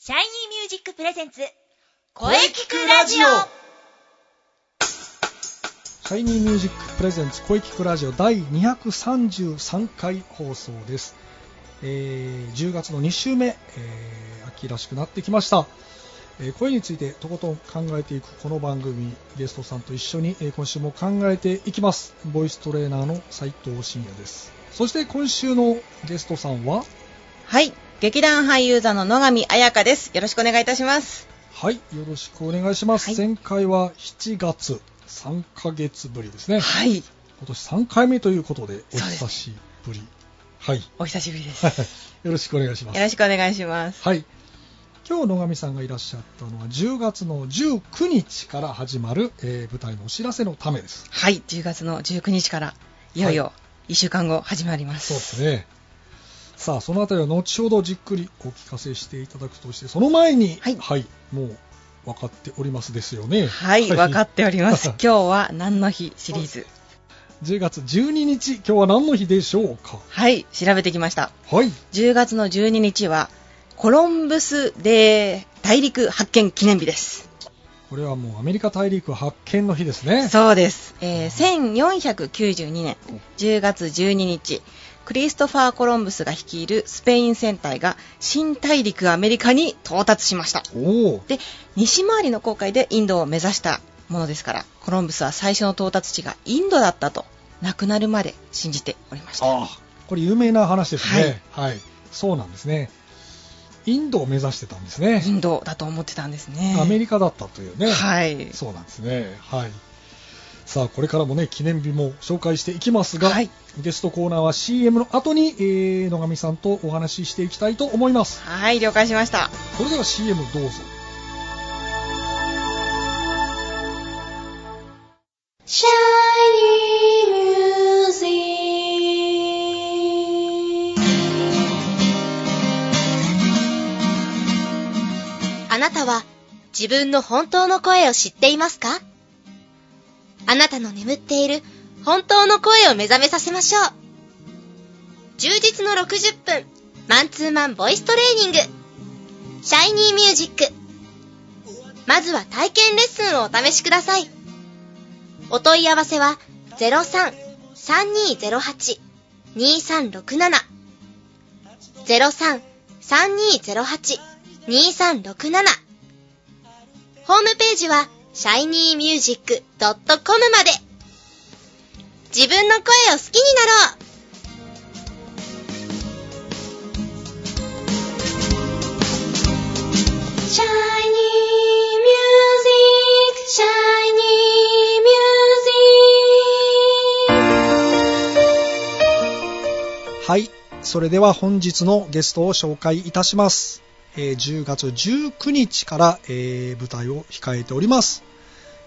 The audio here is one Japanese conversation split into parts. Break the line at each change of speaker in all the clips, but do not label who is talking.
シャイニーミュージックプレゼンツ、
声聞くラジオ
シャイニーミュージックプレゼンツ声聞くラジオ第233回放送です、えー10月の2週目、えー秋らしくなってきました、えー声についてとことん考えていくこの番組ゲストさんと一緒に、えー今週も考えていきますボイストレーナーの斉藤真也ですそして今週のゲストさんは
はい。劇団俳優座の野上彩香です。よろしくお願いいたします。
はいよろしくお願いします、
はい
前回は7月3ヶ月ぶりですね
はい。
今年3回目ということでお
そうです
久しぶりはい
お久しぶりです。
は
よ
い よろしくお願いします。
ろしくお願いします。
はい。今日野上さんがいらっしゃったのは10月の19日から始まる、えー舞台のお知らせのためです。
はい。10月の19日から、いよいよ1週間後始まります。
そうですね。さあ、そのあたりは後ほどじっくりお聞かせしていただくとして、その前に、
はい
もう分かっておりますですよね。
はい。わかっており ます。今日は何の日シリーズ。
10月12日、今日は何の日でしょうか。
はい。調べてきました。
はい。
10月の12日は、コロンブスデー大陸発見記念日です。
これはもうアメリカ大陸発見の日ですね。
そうです、えー1492年10月12日クリストファー・コロンブスが率いるスペイン船隊が新大陸アメリカに到達しました
おお。
で西回りの航海でインドを目指したものですからコロンブスは最初の到達地がインドだったと亡くなるまで信じておりました
ああこれ有名な話ですね、はいそうなんですねインドを目指してたんですね
インドだと思ってたんですね
アメリカだったというね、
はい
そうなんですねはいさあこれからもね記念日も紹介していきますが、
はい
ゲストコーナーは CM の後に、えー野上さんとお話ししていきたいと思います
はい了解しました
それでは CM どうぞ
シャイニーミュージックあなたは自分の本当の声を知っていますかあなたの眠っている本当の声を目覚めさせましょう。充実の60分、マンツーマンボイストレーニング。シャイニーミュージック。まずは体験レッスンをお試しください。お問い合わせは03-3208-2367 03-3208-2367ホームページは shinymusic.com まで自分の声を好きになろうシャイニーミュージック、シャイニーミュージック。
はいそれでは本日のゲストを紹介いたします、えー10月19日から、えー舞台を控えております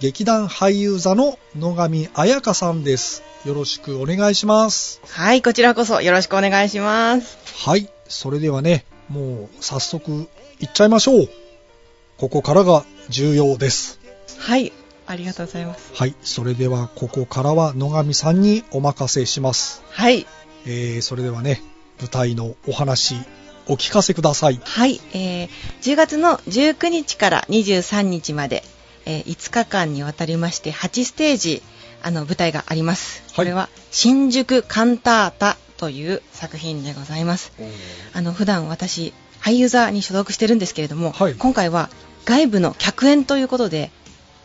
劇団俳優座の野上彩香さんですよろしくお願いします
はいこちらこそよろしくお願いします
はいそれではねもう早速いっちゃいましょうここからが重要です
はいありがとうございます
はいそれではここからは野上さんにお任せします、
はい
えーそれではね舞台のお話お聞かせください
はい、えー10月の19日から23日まで、えー5日間にわたりまして8ステージあの舞台があります、
い
これは「新宿カンタータ」という作品でございますあの普段私俳優座に所属してるんですけれども、
はい
今回は外部の客演ということで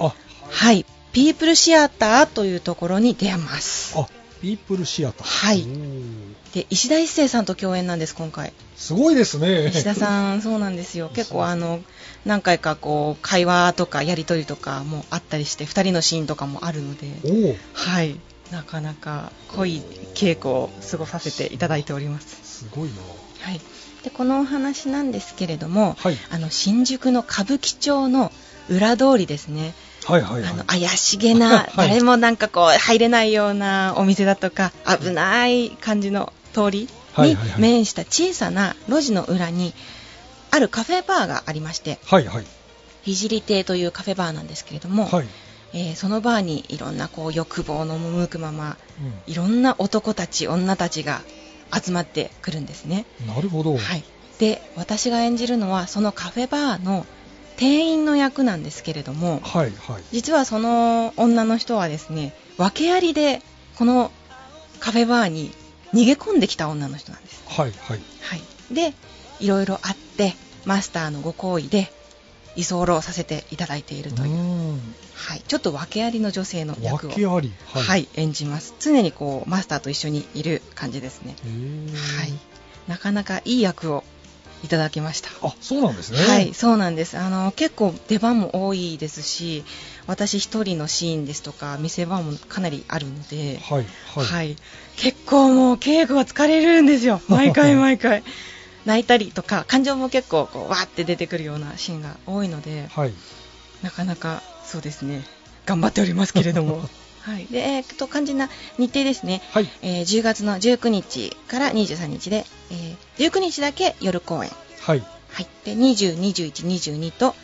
あ
はいピープルシアターというところに出ます
あピープルシアター
はい
おー
で石田一生さんと共演なんです今回
すごいですね
石田さん、そうなんですよ、結構あの何回かこう会話とかやり取りとかもあったりして、2人のシーンとかもあるので、
おー
はい、なかなか濃い稽古を過ごさせていただいております。
すごいな
はい、でこのお話なんですけれども、
はい
あの新宿の歌舞伎町の裏通りですね、
はいはいは
あの
い
怪しげな、
はい
誰もなんかこう入れないようなお店だとか危ない感じの通り
はい
に
はいはい
面した小さな路地の裏にあるカフェバーがありまして
はいはい
ひじり亭というカフェバーなんですけれども、
はい、
えーそのバーにいろんなこう欲望の赴くまま
う
いろんな男たち女たちが集まってくるんですね。
ん、なるほど、
はい、で私が演じるのはそのカフェバーの店員の役なんですけれども
はいはい
実はその女の人はですね訳ありでこのカフェバーに逃げ込んできた女の人なんです、
はいはい
はい、でいろいろあってマスターのご好意で居候させていただいているという、
ん
はい、ちょっと訳ありの女性の役を
訳あり
はい、演じます常にこうマスターと一緒にいる感じですね、
へー
はい、なかなかいい役をいただきました
あそうなんですね
はい、そうなんです。あの結構出番も多いですし、私一人のシーンですとか見せ場もかなりあるので、
はい
は、
はいい、
結構もう稽古は疲れるんです よ。毎回毎回。泣いたりとか感情も結構こうわーって出てくるようなシーンが多いので、
はい
なかなかそうですね。頑張っておりますけれど も。はい。で、えーっと肝心な日程ですね。
はい
えー10月の19日から23日で、えー19日だけ夜公演。
はい
はい、で20、21、22と、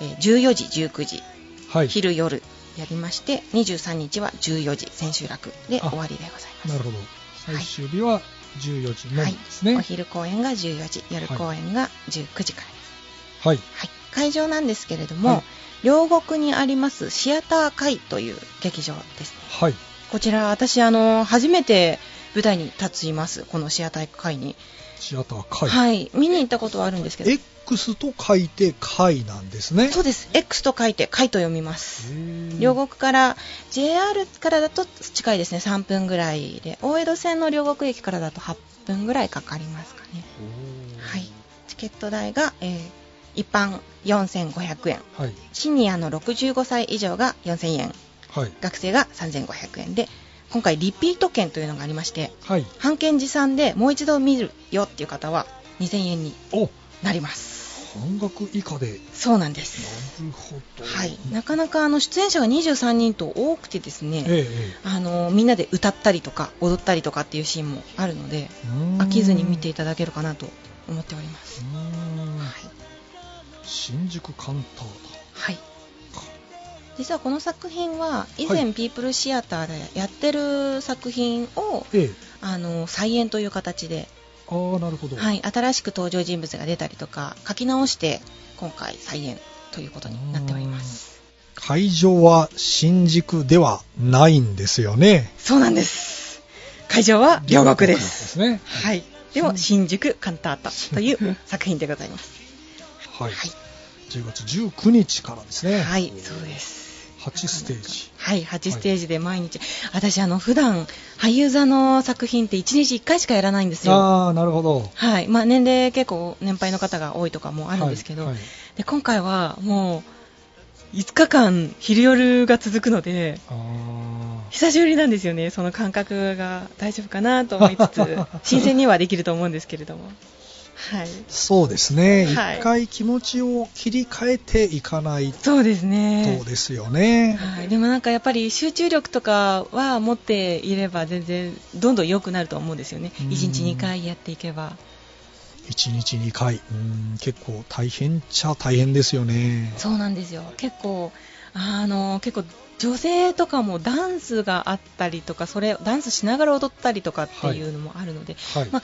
えー14時、19時、
はい
昼、夜やりまして、23日は14時、千秋楽で
あ
終わりでございます。
なるほど最終日は14時の
は
み
い
ですね
お
はい、
昼公演が14時、夜公演が19時からです。
はい
はい、会場なんですけれども、
はい
両国にありますシアター会という劇場ですね。
はい
こちら、私、あの、初めて舞台に立ちます、このシアター会に。
シアター
は
会、
い、見に行ったことはあるんですけど、
X と書いて会なんですね
そうです、X と書いて会と読みます。
へー
両国から JR からだと近いですね3分ぐらいで大江戸線の両国駅からだと8分ぐらいかかりますかね
おー
はいチケット代が、えー一般4500円
はい
シニアの65歳以上が4000円
はい
学生が3500円で今回リピート券というのがありまして
はい
半券持参でもう一度見るよっていう方は2000円に
お
なります
半額以下で
そうなんです
なるほど
はいなかなかあの出演者が23人と多くてですね、
ええ
あのみんなで歌ったりとか踊ったりとかっていうシーンもあるので
ええうーん
飽きずに見ていただけるかなと思っております、
うーん
はい
新宿カンター
はい、実はこの作品は以前、
は
ピープルシアターでやってる作品を
だええ
あの再演という形で、
ああなるほど
はいい、新しく登場人物が出たりとか書き直して今回再演ということになっております
会場は新宿ではないんですよね
そうなんです会場は両国で
ですすね
はい、でも新宿カンタータという作品でございます。
はい、
はい
10月19日からですね
はい、そうです。
8ステージ
はい、8ステージで毎日、私あの普段俳優座の作品って1日1回しかやらないんですよ。
ああなるほど
はい、まあ年齢結構年配の方が多いとかもあるんですけど、
はいはい
で今回はもう5日間昼夜が続くので。
あ
久しぶりなんですよね、その感覚が大丈夫かなと思いつ つ、新鮮にはできると思うんですけれども、はい、
ーそうですね、一
はい
回気持ちを切り替えていかないと
そうですね、
ですよね。
はい、でもなんかやっぱり集中力とかは持っていれば全然どんどん良くなると思うんですよね
う
1
ん
日2回やっていけば
1日2回、うーん結構大変っちゃ大変ですよね。
そうなんですよ結構あの結構女性とかもダンスがあったりとかそれダンスしながら踊ったりとかっていうのもあるので、
はい、
まあ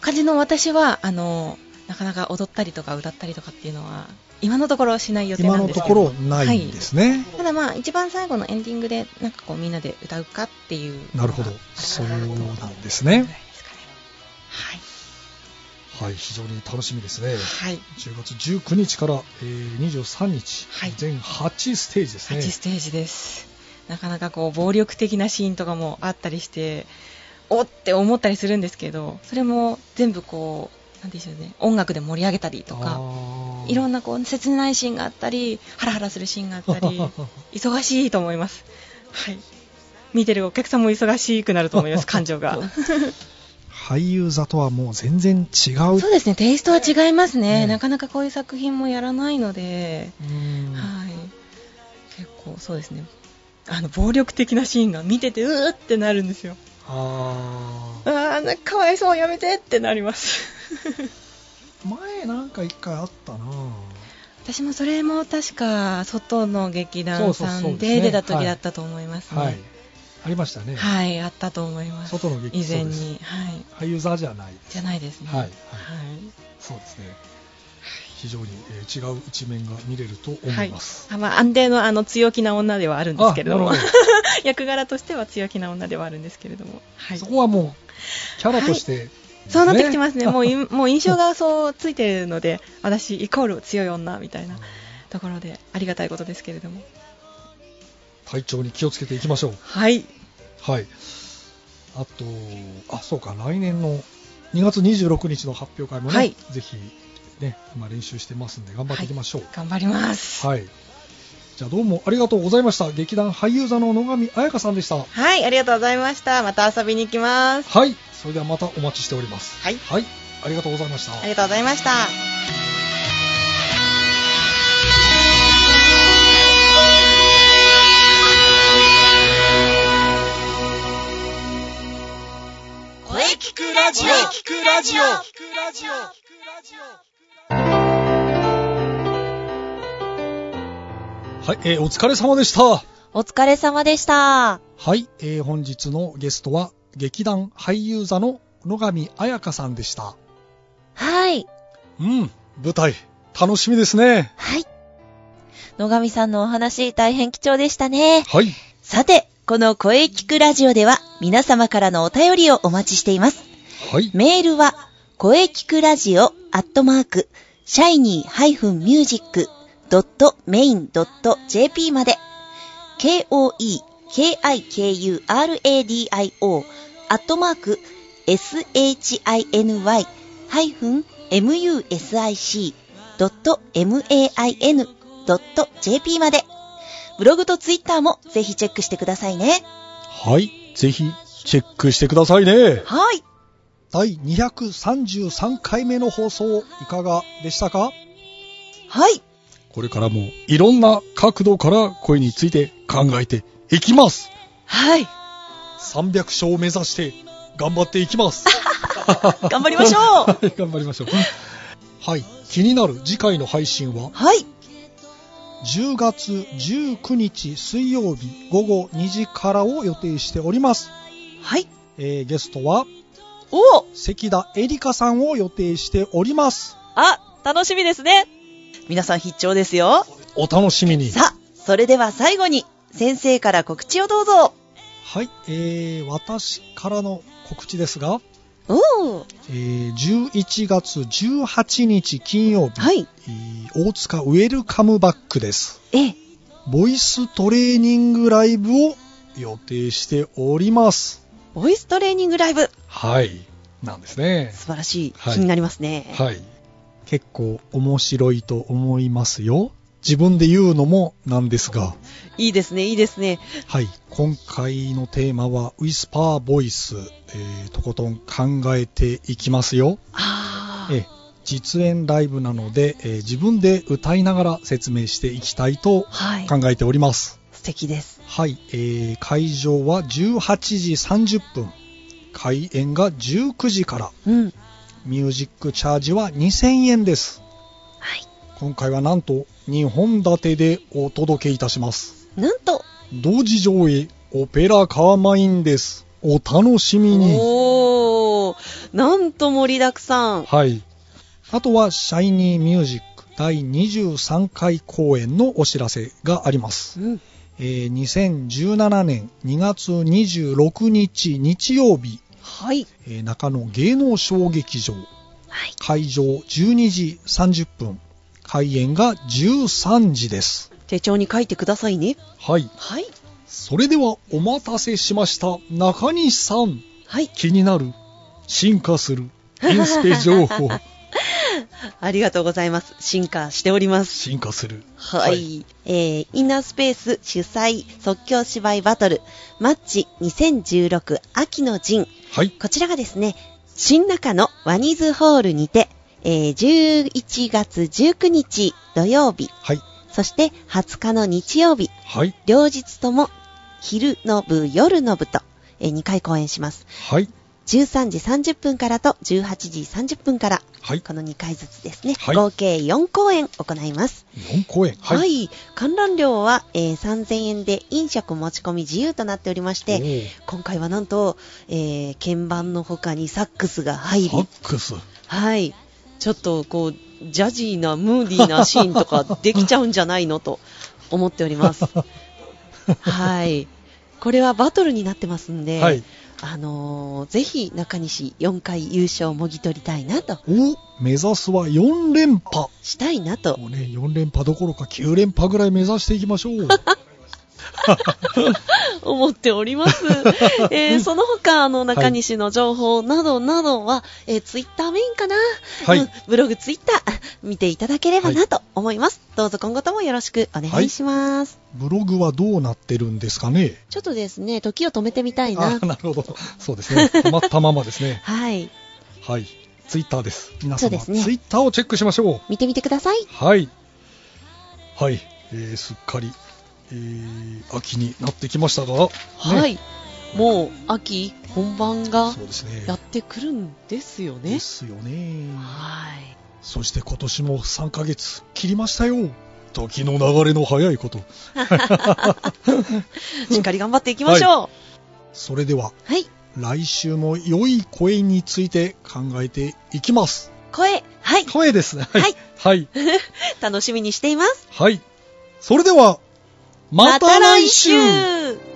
感じの私はあのなかなか踊ったりとか歌ったりとかっていうのは今のところしない予定
今
なん
の
ですけ
と
ど
ころないんですね。
ただまあ一番最後のエンディングでなんかこうみんなで歌うかっていう
なるほど
のがある、
そう
かなと
なんです
ぐ。ら
ね
いですかねはい
はい、非常に楽しみですね。
はい
10月19日から、えー23日、
はい
全8ステージですね。
8ステージですなかなかこう暴力的なシーンとかもあったりしておって思ったりするんですけどそれも全部こうなんでしょうね音楽で盛り上げたりとかいろん
な
なこう切ないシーンがあったりハラハラするシーンがあった り忙しいと思いますはい見てるお客さんも忙しくなると思います感情 が
俳優座とはもう全然違う。
そうですねテイストは違いますね、
うん
なかなかこういう作品もやらないので、
うーん
はい結構そうですねあの暴力的なシーンが見ててうーってなるんですよ
あー
あーなんかかわいそうやめてってなります
前なんか一回あったな
私もそれも確か外の劇団さ
そうそうそ
ん
うです
で
ね
出た時だったと思いますね
はい。ありましたね、
はい、あったと思います。
外の劇
以前
そう
に、はい、
俳優座じゃないです
じゃないですね。
はいはい
は
そうですね非常に、えー違う一面が見れると思
いはい
います、
あまあ、安定のあの強気な女ではあるんですけれども
あなるほ
役柄としては強気な女ではあるんですけれども、はい、
そこはもうキャラとして、
そうなってきてますね、 もうい
今
もう印象がそうついてるので、私、イコール強い女みたいなところで、ありがたいことですけれども、
体調に気をつけていきましょう
はい、
はいあとあそうか来年の2月26日の発表会もね、
はい
ぜひね今練習してますんで頑張っていきましょう
頑張ります。
はい、じゃあどうもありがとうございました劇団俳優座の野上彩香さんでした
はい、ありがとうございました。また遊びに行きます。
はいそれではまたお待ちしております
はい
はい、ありがとうございました
ありがとうござい ました。
声聞くラジオ聞くラジオ
はい、えーお疲れ様でした
お疲れ様でした。
はい、えー本日のゲストは劇団俳優座の野上彩香さんでした
はい。
うん舞台楽しみですね
はい。野上さんのお話、大変貴重でしたね。
はい
さて、この声聞くラジオでは、皆様からのお便りをお待ちしています。
はい
メールは、声聞くラジオアットマーク、シャイニー -music.main.jp まで、k-o-e-k-i-k-u-r-a-d-i-o アットマーク、shiny-music.main.jp まで、ブログとツイッターもぜひチェックしてくださいね。
はいぜひチェックしてくださいね
はい。
第233回目の放送いかがでしたか
はい。
これからもいろんな角度から声について考えていきます
はい、
300勝を目指して頑張っていきます
頑張りましょう。
はい頑張りましょうはい気になる次回の配信は
はい。
10月19日水曜日午後2時からを予定しております、
はい。
えーゲストは
おお
関田絵里香さんを予定しております
あ、楽しみですね。皆さん必聴ですよ。
お楽しみに
さあ、それでは最後に、先生から告知をどうぞ。
はい、えー私からの告知ですが
おお
えー11月18日金曜日、
はい。
えー大塚ウェルカムバックです。
ええ、
ボイストレーニングライブを予定しております。
ボイストレーニングライブ。
はい、なんですね。
素晴らしい。
はい
気になりますね。
はい。結構面白いと思いますよ。自分で言うのもなんですが、
いいですね、いいですね。
はい、今回のテーマはウィスパーボイス、えーとことん考えていきますよ。
あ
ええ実演ライブなので、えー自分で歌いながら説明していきたいと
あ。はい。
考えております
素敵です。
はい、えー会場は18時30分開演が19時から
うん。
ミュージックチャージは2000円です
はい。
今回はなんと2本立てでお届けいたします
なんと。
同時上映オペラカーマインですお楽しみに
おおなんと盛りだくさん。
はい。あとは、シャイニーミュージック第23回公演のお知らせがあります。
うん。
えー2017年2月26日日曜日、
はい。
えー中野芸能小劇場、
はい。
会場12時30分、開演が13時です。
手帳に書いてくださいね。
はい。
はい。
それではお待たせしました。中西さん、
はい。
気になる、進化する、インスペ情 報、
ありがとうございます。進化しております。
進化する。
はい、えー、インナースペース主催即興芝居バトルマッチ2016秋の陣。
はい。
こちらがですね、新中野ワニズホールにて、えー11月19日土曜日、
はい。
そして20日の日曜日、
はい。
両日とも昼の部、夜の部と、え2回公演します。
はい。
13時30分からと18時30分から、
はい
この2回ずつですね、
はい
合計4公演行います。
4公演
はい、
はい、
観覧料は、えー3000円で飲食持ち込み自由となっておりまし
お
て、
ー
今回はなんと、えー鍵盤の他にサックスが入
サッ
り、
クス
はい、ちょっとこう、ジャジーなムーディーなシーンとかできちゃうんじゃないのと思っております。はい。これはバトルになってますんで、
はい
あのーぜひ中西4回優勝をもぎ取りたいなと、
お目指すは4連覇
したいなと
もうね4連覇どころか9連覇ぐらい目指していきましょ う
思っております。 えーその他、あの、中西の情報などなどは、えツイッター Twitter メインかな、
はい
うんブログ、ツイッター、見ていただければなと思います。どうぞ今後ともよろしくお願いします。
ブログはどうなってるんですかね
ちょっとですね、時を止めてみたいな。
あなるほどそうですね止まったままですね
はい。
はいツイッターです皆
そう
様
ですね
ツイッターをチェックしましょう
見てみてください。
はい、はい、えーすっかり、えー秋になってきましたが、ね
はい。もう、秋本番が
そうですね。
やってくるんですよね
で。すよね。
はい。
そして今年も3ヶ月切りましたよ。時の流れの早いこと。
しっかり頑張っていきましょう。
それでは
はい。
来週も良い声について考えていきます。
声、はい。
声ですね。はい。はい。
楽しみにしています。
はい。それでは、また来週
また来週